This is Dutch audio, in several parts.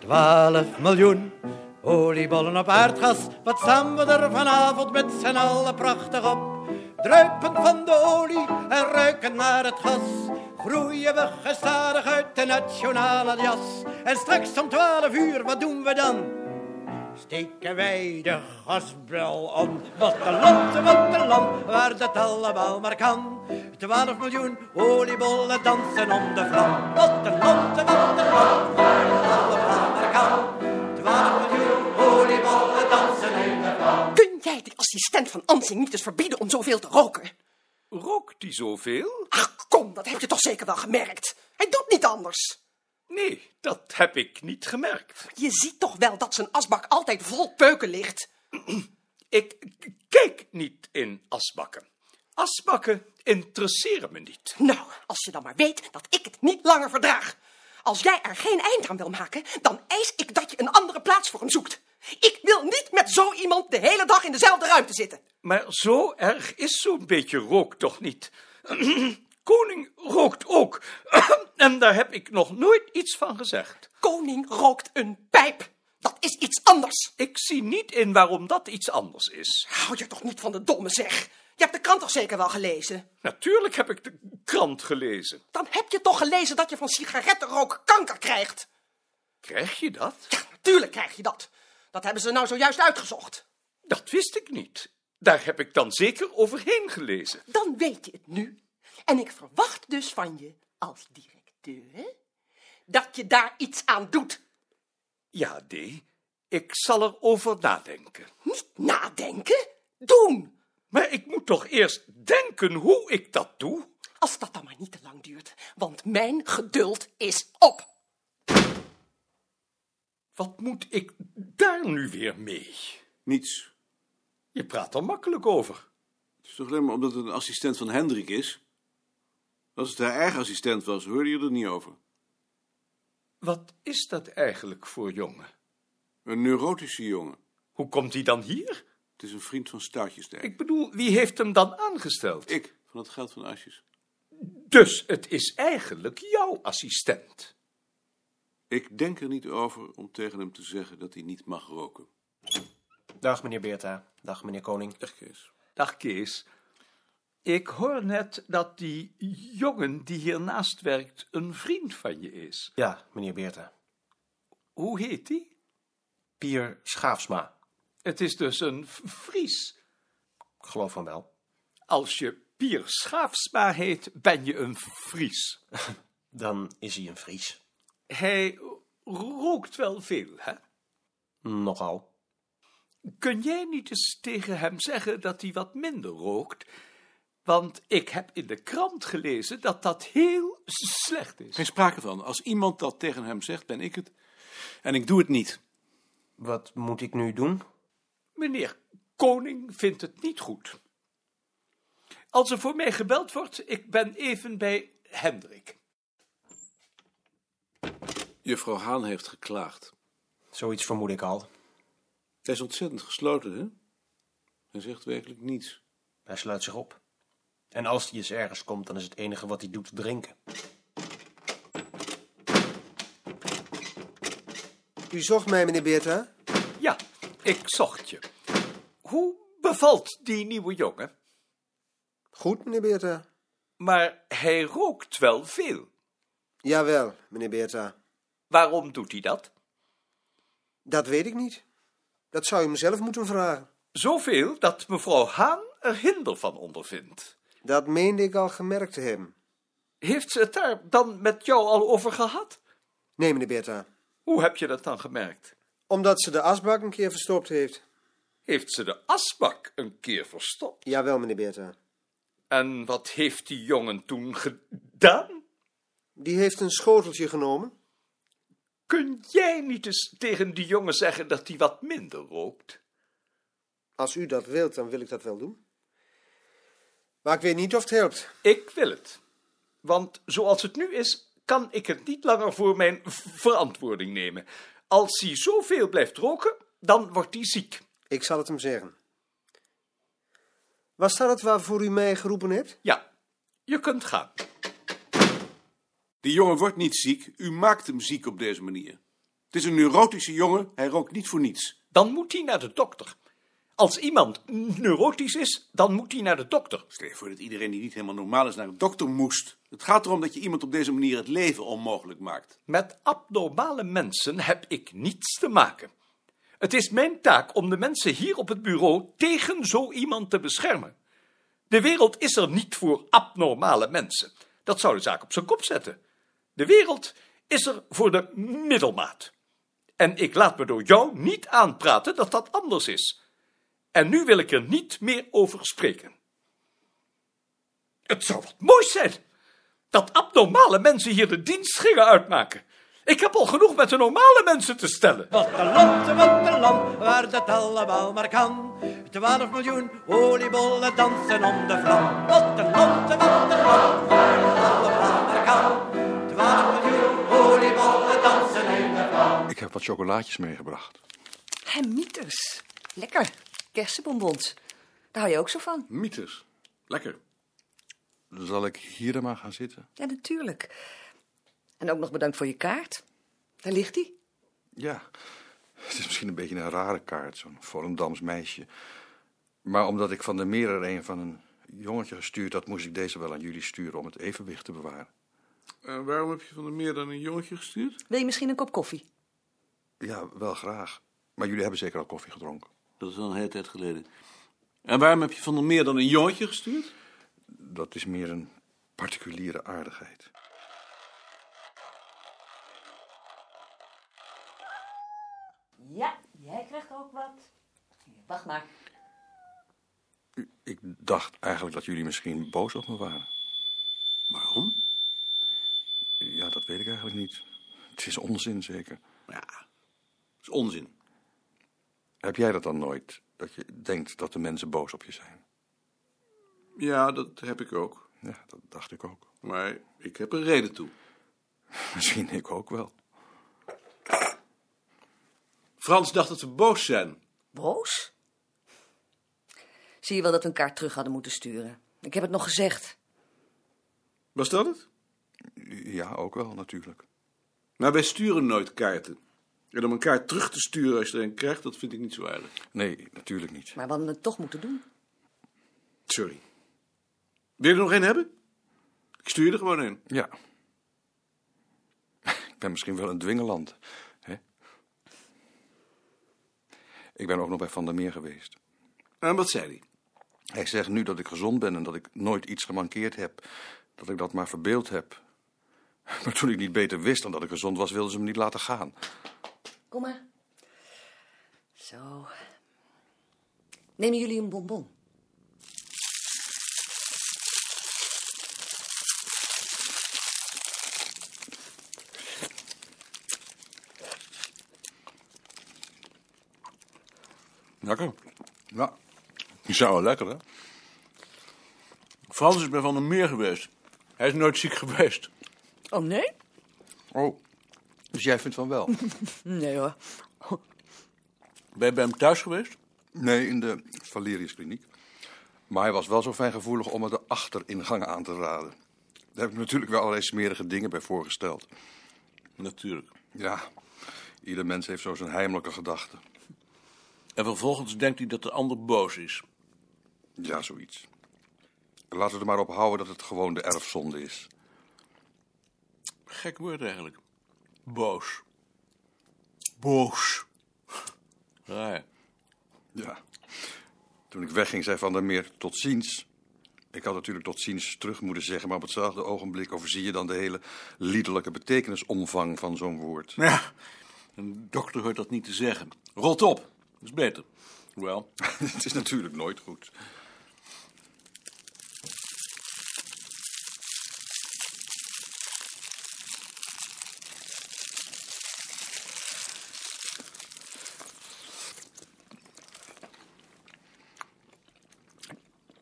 12 miljoen. Oliebollen op aardgas, wat staan we er vanavond met z'n allen prachtig op. Druipen van de olie en ruiken naar het gas. Groeien we gestadig uit de nationale jas. En straks om 12 uur, wat doen we dan? Steken wij de gasbel om. Wat een land, wat een land, waar dat allemaal maar kan. 12 miljoen oliebollen dansen om de vlam. Wat een land, wat een land, waar dat allemaal maar kan. 12 miljoen oliebollen dansen in de vlam. Kun jij die assistent van Ansing niet eens verbieden om zoveel te roken? Rookt hij zoveel? Ach, kom, dat heb je toch zeker wel gemerkt. Hij doet niet anders. Nee, dat heb ik niet gemerkt. Je ziet toch wel dat zijn asbak altijd vol peuken ligt? Ik k- kijk niet in asbakken. Asbakken interesseren me niet. Nou, als je dan maar weet dat ik het niet langer verdraag. Als jij er geen eind aan wil maken, dan eis ik dat je een andere plaats voor hem zoekt. Ik wil niet met zo iemand de hele dag in dezelfde ruimte zitten. Maar zo erg is zo'n beetje rook toch niet? Koning rookt ook. en daar heb ik nog nooit iets van gezegd. Koning rookt een pijp. Dat is iets anders. Ik zie niet in waarom dat iets anders is. Hou je toch niet van de domme zeg? Je hebt de krant toch zeker wel gelezen? Natuurlijk heb ik de krant gelezen. Dan heb je toch gelezen dat je van sigarettenrook kanker krijgt? Krijg je dat? Ja, natuurlijk krijg je dat. Dat hebben ze nou zojuist uitgezocht. Dat wist ik niet. Daar heb ik dan zeker overheen gelezen. Dan weet je het nu. En ik verwacht dus van je, als directeur, dat je daar iets aan doet. Ja, D. Ik zal erover nadenken. Niet nadenken, doen. Maar ik moet toch eerst denken hoe ik dat doe? Als dat dan maar niet te lang duurt, want mijn geduld is op. Wat moet ik daar nu weer mee? Niets. Je praat er makkelijk over. Het is toch alleen maar omdat het een assistent van Hendrik is? Als het haar eigen assistent was, hoorde je er niet over. Wat is dat eigenlijk voor jongen? Een neurotische jongen. Hoe komt hij dan hier? Het is een vriend van Stoutjesdijk. Ik bedoel, wie heeft hem dan aangesteld? Ik, van het geld van Asjes. Dus het is eigenlijk jouw assistent. Ik denk er niet over om tegen hem te zeggen dat hij niet mag roken. Dag meneer Beerta. Dag meneer Koning. Echt, Kees. Dag Kees. Ik hoor net dat die jongen die hiernaast werkt een vriend van je is. Ja, meneer Beerta. Hoe heet die? Pier Schaafsma. Het is dus een v- Fries. Ik geloof van wel. Als je Pier Schaafsma heet, ben je een Fries. Dan is hij een Fries. Hij rookt wel veel, hè? Nogal. Kun jij niet eens tegen hem zeggen dat hij wat minder rookt? Want ik heb in de krant gelezen dat dat heel s- slecht Geen is. sprake van. Als iemand dat tegen hem zegt, ben ik het. En ik doe het niet. Wat moet ik nu doen? Meneer Koning vindt het niet goed. Als er voor mij gebeld wordt, ik ben even bij Hendrik. Juffrouw Haan heeft geklaagd. Zoiets vermoed ik al. Hij is ontzettend gesloten, hè? Hij zegt werkelijk niets. Hij sluit zich op. En als hij eens ergens komt, dan is het enige wat hij doet drinken. U zocht mij, meneer Beerta. Ja, ik zocht je. Hoe bevalt die nieuwe jongen? Goed, meneer Beerta. Maar hij rookt wel veel. Jawel, meneer Beerta. Waarom doet hij dat? Dat weet ik niet. Dat zou u mezelf moeten vragen. Zoveel dat mevrouw Haan er hinder van ondervindt. Dat meende ik al gemerkt te hebben. Heeft ze het daar dan met jou al over gehad? Nee, meneer Beerta. Hoe heb je dat dan gemerkt? Omdat ze de asbak een keer verstopt heeft. Heeft ze de asbak een keer verstopt? Jawel, meneer Beerta. En wat heeft die jongen toen gedaan? Die heeft een schoteltje genomen. Kun jij niet eens tegen die jongen zeggen dat hij wat minder rookt? Als u dat wilt, dan wil ik dat wel doen. Maar ik weet niet of het helpt. Ik wil het. Want zoals het nu is, kan ik het niet langer voor mijn v- verantwoording nemen. Als hij zoveel blijft roken, dan wordt hij ziek. Ik zal het hem zeggen. Was dat het waarvoor u mij geroepen hebt? Ja, je kunt gaan. Die jongen wordt niet ziek. U maakt hem ziek op deze manier. Het is een neurotische jongen, hij rookt niet voor niets. Dan moet hij naar de dokter. Als iemand neurotisch is, dan moet hij naar de dokter. Stel je voor dat iedereen die niet helemaal normaal is naar een dokter moest. Het gaat erom dat je iemand op deze manier het leven onmogelijk maakt. Met abnormale mensen heb ik niets te maken. Het is mijn taak om de mensen hier op het bureau tegen zo iemand te beschermen. De wereld is er niet voor abnormale mensen. Dat zou de zaak op zijn kop zetten. De wereld is er voor de middelmaat. En ik laat me door jou niet aanpraten dat dat anders is. En nu wil ik er niet meer over spreken. Het zou wat moois zijn dat abnormale mensen hier de dienst gingen uitmaken. Ik heb al genoeg met de normale mensen te stellen. Wat een land, wat een land, waar dat allemaal maar kan. 12 miljoen oliebollen dansen om de vlam. Wat een land, wat een land, waar dat allemaal maar kan. 12 miljoen oliebollen dansen in de vlam. Ik heb wat chocolaatjes meegebracht. Hemieters. Lekker. Kersenbonbons. Daar hou je ook zo van. Mythes. Lekker. Zal ik hier dan maar gaan zitten? Ja, natuurlijk. En ook nog bedankt voor je kaart. Daar ligt hij. Ja. Het is misschien een beetje een rare kaart, zo'n Volendams meisje. Maar omdat ik van de meer er een van een jongetje gestuurd had, moest ik deze wel aan jullie sturen om het evenwicht te bewaren. En waarom heb je van de meer dan een jongetje gestuurd? Wil je misschien een kop koffie? Ja, wel graag. Maar jullie hebben zeker al koffie gedronken. Dat is al een hele tijd geleden. En waarom heb je van de meer dan een jongetje gestuurd? Dat is meer een particuliere aardigheid. Ja, jij krijgt ook wat. Wacht maar. Ik dacht eigenlijk dat jullie misschien boos op me waren. Waarom? Ja, dat weet ik eigenlijk niet. Het is onzin zeker. Ja, dat is onzin. Heb jij dat dan nooit? Dat je denkt dat de mensen boos op je zijn? Ja, dat heb ik ook. Ja, dat dacht ik ook. Maar ik heb een reden toe. Misschien ik ook wel. Frans dacht dat we boos zijn. Boos? Zie je wel dat we een kaart terug hadden moeten sturen. Ik heb het nog gezegd. Was dat het? Ja, ook wel natuurlijk. Maar wij sturen nooit kaarten. En om een kaart terug te sturen als je er een krijgt, dat vind ik niet zo aardig. Nee, natuurlijk niet. Maar we hadden het toch moeten doen. Sorry. Wil je er nog een hebben? Ik stuur je er gewoon een. Ja. Ik ben misschien wel een dwingeland. Hè? Ik ben ook nog bij Van der Meer geweest. En wat zei hij? Hij zegt nu dat ik gezond ben en dat ik nooit iets gemankeerd heb. Dat ik dat maar verbeeld heb. Maar toen ik niet beter wist dan dat ik gezond was, wilden ze me niet laten gaan. Kom maar. Zo. Nemen jullie een bonbon? Lekker. Ja, die zijn wel lekker, hè? Frans is bij Van der Meer geweest. Hij is nooit ziek geweest. Oh, nee? Oh, dus jij vindt van wel? Nee hoor. Ben je bij hem thuis geweest? Nee, in de Valeriuskliniek. Maar hij was wel zo fijngevoelig om me de achteringang aan te raden. Daar heb ik natuurlijk wel allerlei smerige dingen bij voorgesteld. Natuurlijk. Ja, ieder mens heeft zo zijn heimelijke gedachten. En vervolgens denkt hij dat de ander boos is. Ja, zoiets. Laten we er maar op houden dat het gewoon de erfzonde is. Gek woord eigenlijk. Boos. Boos. Raar. Ja. Toen ik wegging, zei Van der Meer tot ziens. Ik had natuurlijk tot ziens terug moeten zeggen, maar op hetzelfde ogenblik overzie je dan de hele liederlijke betekenisomvang van zo'n woord. Ja, een dokter hoort dat niet te zeggen. Rot op. Dat is beter. Wel. het is natuurlijk nooit goed.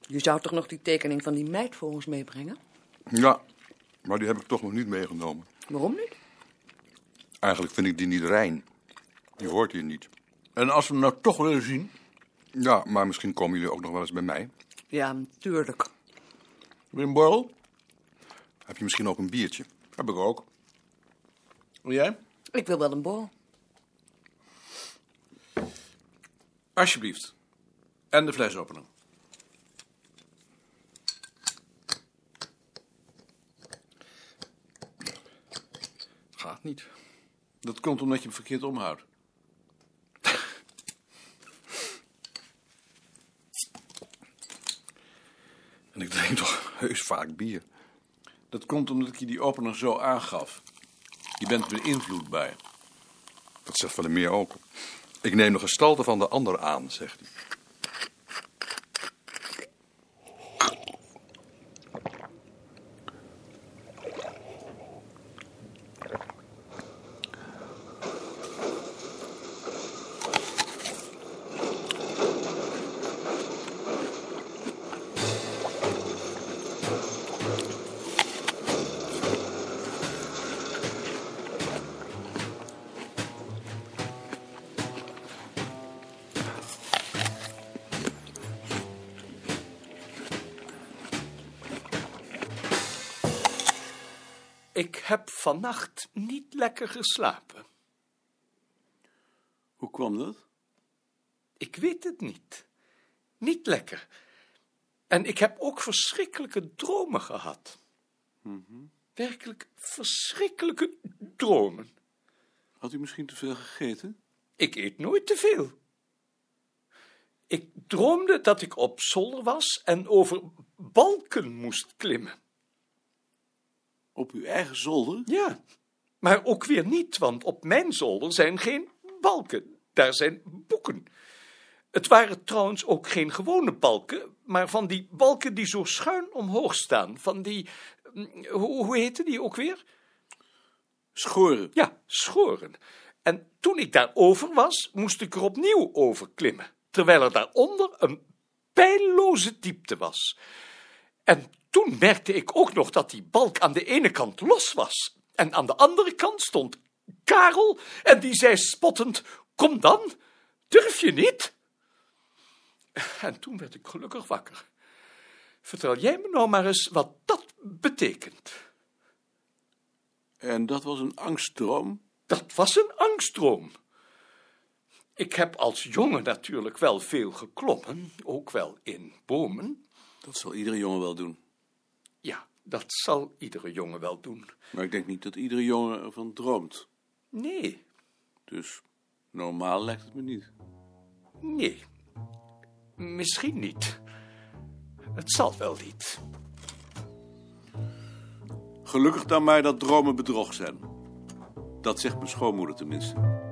Je zou toch nog die tekening van die meid voor ons meebrengen? Ja, maar die heb ik toch nog niet meegenomen. Waarom niet? Eigenlijk vind ik die niet rein. Die hoort hier niet. En als we hem nou toch willen zien, Ja, maar misschien komen jullie ook nog wel eens bij mij. Ja, natuurlijk. Wim Borrel? Heb je misschien ook een biertje? Heb ik ook. En jij? Ik wil wel een borrel. Alsjeblieft. En de flesopener. Gaat niet. Dat komt omdat je hem verkeerd omhoudt. En ik drink toch heus vaak bier. Dat komt omdat ik je die opener zo aangaf. Je bent beïnvloed bij. Dat zegt Van der Meer ook. Ik neem de gestalte van de ander aan, zegt hij. Ik heb vannacht niet lekker geslapen. Hoe kwam dat? Ik weet het niet. Niet lekker. En ik heb ook verschrikkelijke dromen gehad. Werkelijk verschrikkelijke dromen. Had u misschien te veel gegeten? Ik eet nooit te veel. Ik droomde dat ik op zolder was en over balken moest klimmen. Op uw eigen zolder? Ja, maar ook weer niet, want op mijn zolder zijn geen balken, daar zijn boeken. Het waren trouwens ook geen gewone balken, maar van die balken die zo schuin omhoog staan, van die, mm, hoe, hoe heette die ook weer? Schoren. Ja, schoren. En toen ik daarover was, moest ik er opnieuw over klimmen, terwijl er daaronder een pijnloze diepte was. En toen merkte ik ook nog dat die balk aan de ene kant los was en aan de andere kant stond Karel en die zei spottend: Kom dan, durf je niet? En toen werd ik gelukkig wakker. Vertel jij me nou maar eens wat dat betekent. En dat was een angstdroom? Dat was een angstdroom. Ik heb als jongen natuurlijk wel veel geklommen, ook wel in bomen. Dat zal iedere jongen wel doen. Ja, dat zal iedere jongen wel doen. Maar ik denk niet dat iedere jongen ervan droomt. Nee, Dus normaal lijkt het me niet. nee. Misschien niet. Het zal wel niet. Gelukkig dan mij dat dromen bedrog zijn. Dat zegt mijn schoonmoeder tenminste.